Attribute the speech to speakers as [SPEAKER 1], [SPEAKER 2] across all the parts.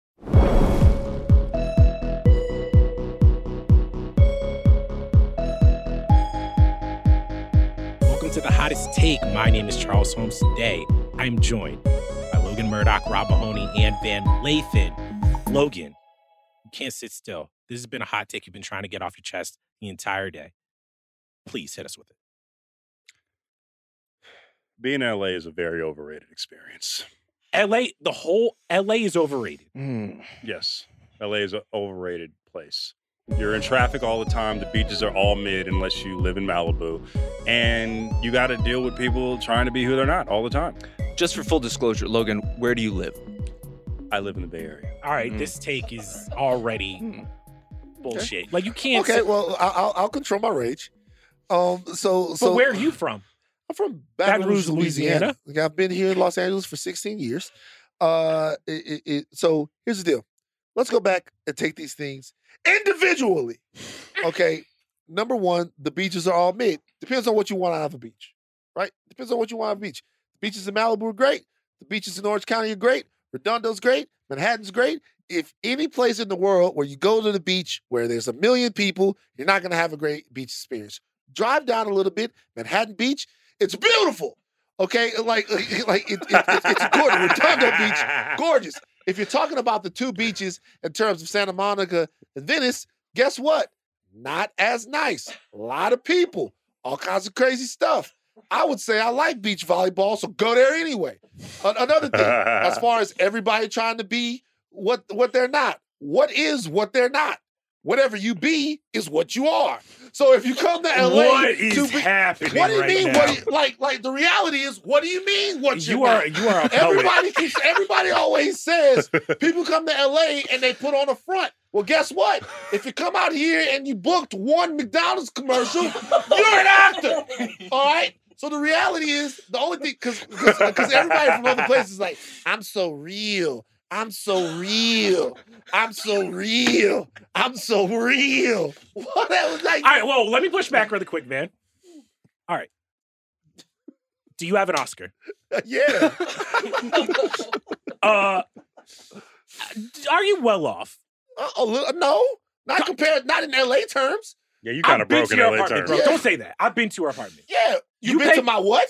[SPEAKER 1] Welcome to the hottest take. My name is Charles Holmes. Today, I'm joined by Logan Murdoch, Rob Mahoney, and Van Lathan. Logan, you can't sit still. This has been a hot take you've been trying to get off your chest the entire day. Please hit us with it.
[SPEAKER 2] being in LA is a very overrated experience.
[SPEAKER 1] LA, the whole LA is overrated.
[SPEAKER 3] Hmm.
[SPEAKER 2] Yes, LA is an overrated place. You're in traffic all the time. The beaches are all mid unless you live in Malibu, and you got to deal with people trying to be who they're not all the time.
[SPEAKER 3] Just for full disclosure, Logan, where do you live?
[SPEAKER 2] I live in the Bay Area.
[SPEAKER 1] All right,
[SPEAKER 4] Mm-hmm.
[SPEAKER 3] Mm.
[SPEAKER 1] this take is already bullshit. Like you can't.
[SPEAKER 4] Okay,
[SPEAKER 1] sit-
[SPEAKER 4] well, I- I'll, I'll control my rage. Um, so,
[SPEAKER 1] but
[SPEAKER 4] so
[SPEAKER 1] where are you from?
[SPEAKER 4] I'm from Baton, Rouge, Louisiana. Like, I've been here in Los Angeles for 16 years. Uh, it, it, it, so here's the deal. Let's go back and take these things individually. Okay, number one, the beaches are all mid. Depends on what you want out of a beach, right? Depends on what you want out of a beach. The beaches in Malibu are great. The beaches in Orange County are great. Redondo's great. Manhattan's great. If any place in the world where you go to the beach where there's a million people, you're not going to have a great beach experience. Drive down a little bit, Manhattan Beach. It's beautiful. Okay, like like it, it, it- it's gorgeous. Redondo Beach, gorgeous. If you're talking about the two beaches in terms of Santa Monica and Venice, guess what? Not as nice. A lot of people, all kinds of crazy stuff. I would say I like beach volleyball, so go there anyway. An- another thing, as far as everybody trying to be what what they're not. What is what they're not? Whatever you be is what you are. So if you come to LA,
[SPEAKER 2] what
[SPEAKER 4] to
[SPEAKER 2] is
[SPEAKER 4] be-
[SPEAKER 2] happening?
[SPEAKER 4] what do you
[SPEAKER 2] right
[SPEAKER 4] mean?
[SPEAKER 2] Now?
[SPEAKER 4] What do you, like like the reality is? What do you mean? What you're
[SPEAKER 1] You are
[SPEAKER 4] not?
[SPEAKER 1] you are a poet.
[SPEAKER 4] Everybody keeps. Everybody always says people come to LA and they put on a front. Well, guess what? If you come out here and you booked one McDonald's commercial, you're an actor. All right. So the reality is the only thing because because everybody from other places is like I'm so real. I'm so real. I'm so real. I'm so real. What that was like?
[SPEAKER 1] All right, well, let me push back really quick, man. All right. Do you have an Oscar?
[SPEAKER 4] yeah.
[SPEAKER 1] Uh are you well off?
[SPEAKER 4] Uh, a little, no, not compared, not in LA terms.
[SPEAKER 2] Yeah, you
[SPEAKER 1] I've
[SPEAKER 2] kind of
[SPEAKER 1] been
[SPEAKER 2] broke in
[SPEAKER 1] to your
[SPEAKER 2] LA
[SPEAKER 1] apartment,
[SPEAKER 2] terms.
[SPEAKER 1] bro.
[SPEAKER 4] Yeah.
[SPEAKER 1] Don't say that. I've been to your apartment.
[SPEAKER 4] Yeah, you,
[SPEAKER 1] You
[SPEAKER 4] been
[SPEAKER 1] pay-
[SPEAKER 4] to my what?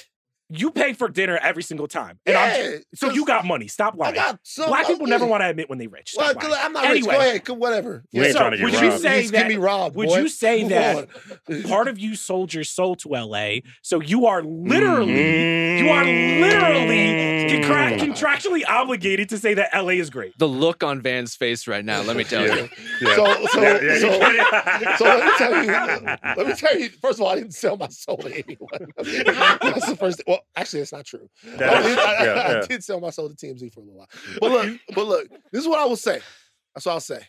[SPEAKER 1] You pay for dinner every single time. And I'm
[SPEAKER 4] Yeah,
[SPEAKER 1] so you
[SPEAKER 4] 'cause
[SPEAKER 1] got money. Stop
[SPEAKER 4] I
[SPEAKER 1] lying.
[SPEAKER 4] got some.
[SPEAKER 1] Black
[SPEAKER 4] I'll
[SPEAKER 1] people
[SPEAKER 4] get
[SPEAKER 1] never
[SPEAKER 4] it.
[SPEAKER 1] want to admit when they rich.
[SPEAKER 4] Well,
[SPEAKER 1] Stop
[SPEAKER 4] go-
[SPEAKER 1] lying.
[SPEAKER 4] I'm not
[SPEAKER 1] Anyway.
[SPEAKER 4] rich. Go ahead. Go, whatever.
[SPEAKER 2] We ain't
[SPEAKER 1] So,
[SPEAKER 2] trying to get
[SPEAKER 1] would you
[SPEAKER 2] robbed.
[SPEAKER 1] say
[SPEAKER 4] Please get
[SPEAKER 1] that-
[SPEAKER 4] me robbed?
[SPEAKER 1] would
[SPEAKER 4] boy.
[SPEAKER 1] you say
[SPEAKER 4] Move
[SPEAKER 1] that
[SPEAKER 4] on.
[SPEAKER 1] Part of you sold your soul to LA, so you are literally,
[SPEAKER 4] Mm-hmm.
[SPEAKER 1] you are
[SPEAKER 4] Mm.
[SPEAKER 1] literally contra- contractually obligated to say that LA is great.
[SPEAKER 3] The look on Van's face right now, let me tell you.
[SPEAKER 2] Yeah.
[SPEAKER 4] So, so,
[SPEAKER 2] Yeah, yeah, you
[SPEAKER 4] so,
[SPEAKER 2] can't-
[SPEAKER 4] so let me tell you. Let me tell you. First of all, I didn't sell my soul to anyone. that's the first. Well, actually, that's not true.
[SPEAKER 2] That
[SPEAKER 4] I,
[SPEAKER 2] is-
[SPEAKER 4] did, I-
[SPEAKER 2] yeah,
[SPEAKER 4] I
[SPEAKER 2] yeah.
[SPEAKER 4] did sell my soul to TMZ for a little while. But look, but look. This is what I will say. That's what I'll say.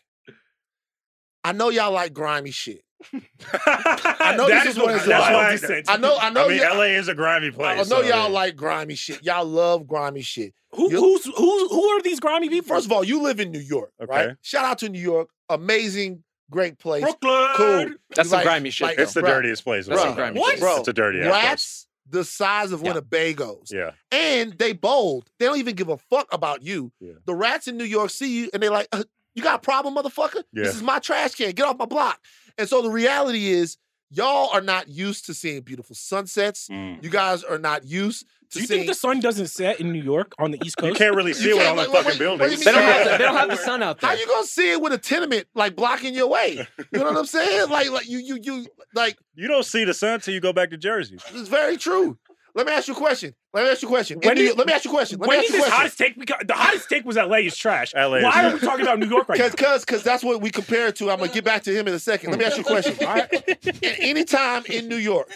[SPEAKER 4] I know y'all like grimy shit.
[SPEAKER 1] I
[SPEAKER 4] know this is what it's like. I know. I know.
[SPEAKER 2] I mean,
[SPEAKER 4] y'all,
[SPEAKER 2] LA is a grimy
[SPEAKER 4] I
[SPEAKER 2] place.
[SPEAKER 4] know
[SPEAKER 2] so,
[SPEAKER 4] y'all like grimy shit. Y'all love grimy shit.
[SPEAKER 1] Who,
[SPEAKER 4] You-
[SPEAKER 1] who's, who's, who are these grimy people?
[SPEAKER 4] First of all, you live in New York,
[SPEAKER 2] Okay.
[SPEAKER 4] right? Shout out to New York, amazing, great place.
[SPEAKER 1] Brooklyn.
[SPEAKER 4] Cool.
[SPEAKER 3] That's
[SPEAKER 4] Like-
[SPEAKER 3] the grimy shit.
[SPEAKER 4] like-
[SPEAKER 3] though.
[SPEAKER 2] It's the
[SPEAKER 4] Bruh.
[SPEAKER 2] dirtiest place.
[SPEAKER 3] That's
[SPEAKER 2] I've
[SPEAKER 4] Bruh.
[SPEAKER 3] the grimy
[SPEAKER 1] What?
[SPEAKER 3] shit.
[SPEAKER 4] Bro,
[SPEAKER 2] It's a dirty ass
[SPEAKER 4] Rats the size of
[SPEAKER 3] Yeah.
[SPEAKER 4] Winnebago's,
[SPEAKER 2] Yeah.
[SPEAKER 4] and they bold. They don't even give a fuck about you.
[SPEAKER 2] Yeah.
[SPEAKER 4] The rats in New York see you, and they like, "Uh, "You got a problem, motherfucker?
[SPEAKER 2] Yeah.
[SPEAKER 4] This is my trash can. Get off my block." And so the reality is, y'all are not used to seeing beautiful sunsets.
[SPEAKER 2] Mm.
[SPEAKER 4] You guys are not used to
[SPEAKER 1] Do you
[SPEAKER 4] seeing.
[SPEAKER 1] think the sun doesn't set in New York on the East
[SPEAKER 2] You
[SPEAKER 1] Coast?
[SPEAKER 2] can't really see it
[SPEAKER 4] can't-
[SPEAKER 2] on the
[SPEAKER 4] wait,
[SPEAKER 2] fucking
[SPEAKER 4] wait, wait, what
[SPEAKER 2] building.
[SPEAKER 4] do you
[SPEAKER 3] They don't,
[SPEAKER 4] mean?
[SPEAKER 3] have the, they don't have the sun out
[SPEAKER 4] How
[SPEAKER 3] there.
[SPEAKER 4] you gonna see it with a tenement like blocking your way? You know what I'm saying? Like, like you, you, you, like
[SPEAKER 2] You don't see the sun till you go back to Jersey.
[SPEAKER 4] it's very true. Let me ask you a question. Let me ask you a question. In
[SPEAKER 1] When
[SPEAKER 4] New
[SPEAKER 1] did-
[SPEAKER 4] York- let me ask you a question. Let me
[SPEAKER 1] when
[SPEAKER 4] ask
[SPEAKER 1] did
[SPEAKER 4] you a
[SPEAKER 1] this
[SPEAKER 4] question.
[SPEAKER 1] hottest take? Because the hottest take was LA is trash.
[SPEAKER 2] LA is
[SPEAKER 1] Why are we
[SPEAKER 2] trash.
[SPEAKER 1] talking about New York right now?
[SPEAKER 4] Cause, cause, cause that's what we compare it to. I'm gonna get back to him in a second. Let me ask you a question. All right? At any time in New York,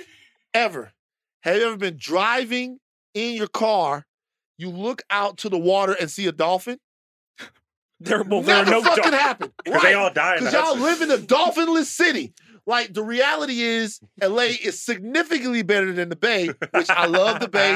[SPEAKER 4] ever, have you ever been driving in your car? You look out to the water and see a dolphin.
[SPEAKER 1] There, well, there are
[SPEAKER 4] Never
[SPEAKER 1] no
[SPEAKER 4] fucking
[SPEAKER 1] dogs.
[SPEAKER 4] happened.
[SPEAKER 2] Because they all die in the
[SPEAKER 4] Because y'all
[SPEAKER 2] Hudson.
[SPEAKER 4] live in a dolphinless city. Like the reality is, LA is significantly better than the Bay, which I love the Bay.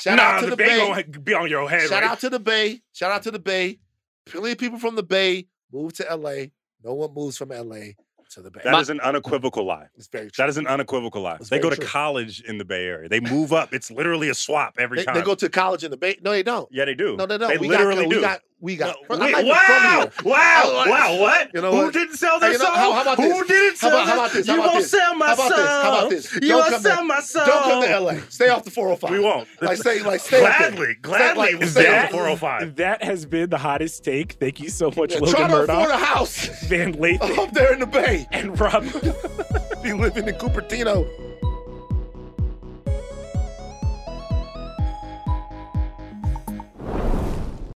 [SPEAKER 4] Shout
[SPEAKER 1] nah,
[SPEAKER 4] out to
[SPEAKER 1] the,
[SPEAKER 4] the
[SPEAKER 1] bay
[SPEAKER 4] Bay.
[SPEAKER 1] gonna be on your head.
[SPEAKER 4] Shout
[SPEAKER 1] right?
[SPEAKER 4] out to the Bay. Shout out to the Bay. Plenty of people from the Bay move to LA. No one moves from LA to the Bay.
[SPEAKER 2] That is an unequivocal lie.
[SPEAKER 4] it's very true.
[SPEAKER 2] That is an unequivocal lie.
[SPEAKER 4] It's
[SPEAKER 2] They go
[SPEAKER 4] very
[SPEAKER 2] to
[SPEAKER 4] true.
[SPEAKER 2] college in the Bay Area. They move up. It's literally a swap every
[SPEAKER 4] They,
[SPEAKER 2] time.
[SPEAKER 4] they go to college in the Bay. No, they don't.
[SPEAKER 2] yeah, they do.
[SPEAKER 4] No, no, no.
[SPEAKER 2] They
[SPEAKER 4] we
[SPEAKER 2] literally
[SPEAKER 4] got,
[SPEAKER 2] do.
[SPEAKER 4] We got. We got.
[SPEAKER 2] Wait,
[SPEAKER 4] I'm not even from
[SPEAKER 2] wow!
[SPEAKER 4] here.
[SPEAKER 2] Wow!
[SPEAKER 4] I'm like-
[SPEAKER 2] wow! What?
[SPEAKER 4] You know
[SPEAKER 2] Who
[SPEAKER 4] what?
[SPEAKER 2] didn't sell their
[SPEAKER 4] Hey, you know-
[SPEAKER 2] soul?
[SPEAKER 4] how- how about
[SPEAKER 2] Who
[SPEAKER 4] this?
[SPEAKER 2] didn't
[SPEAKER 4] How
[SPEAKER 2] sell
[SPEAKER 4] about, how
[SPEAKER 2] their-
[SPEAKER 4] about this? How
[SPEAKER 2] You
[SPEAKER 4] about
[SPEAKER 2] won't
[SPEAKER 4] this?
[SPEAKER 2] sell my
[SPEAKER 4] how about this? How about
[SPEAKER 2] soul.
[SPEAKER 4] this?
[SPEAKER 2] You
[SPEAKER 4] Don't
[SPEAKER 2] won't
[SPEAKER 4] come
[SPEAKER 2] sell
[SPEAKER 4] back.
[SPEAKER 2] my soul.
[SPEAKER 4] Don't come to LA. Stay off the 405.
[SPEAKER 2] We won't.
[SPEAKER 4] Like stay, like stay. up there.
[SPEAKER 2] gladly,
[SPEAKER 4] like,
[SPEAKER 2] gladly. we
[SPEAKER 4] say
[SPEAKER 2] stay on
[SPEAKER 4] that-
[SPEAKER 2] the 405.
[SPEAKER 1] That has been the hottest take. Thank you so much,
[SPEAKER 4] Yeah,
[SPEAKER 1] Logan
[SPEAKER 4] try to afford
[SPEAKER 1] Murdoch,
[SPEAKER 4] a house
[SPEAKER 1] Van Lathan,
[SPEAKER 4] up there in the Bay.
[SPEAKER 1] and Rob.
[SPEAKER 4] Be living in Cupertino.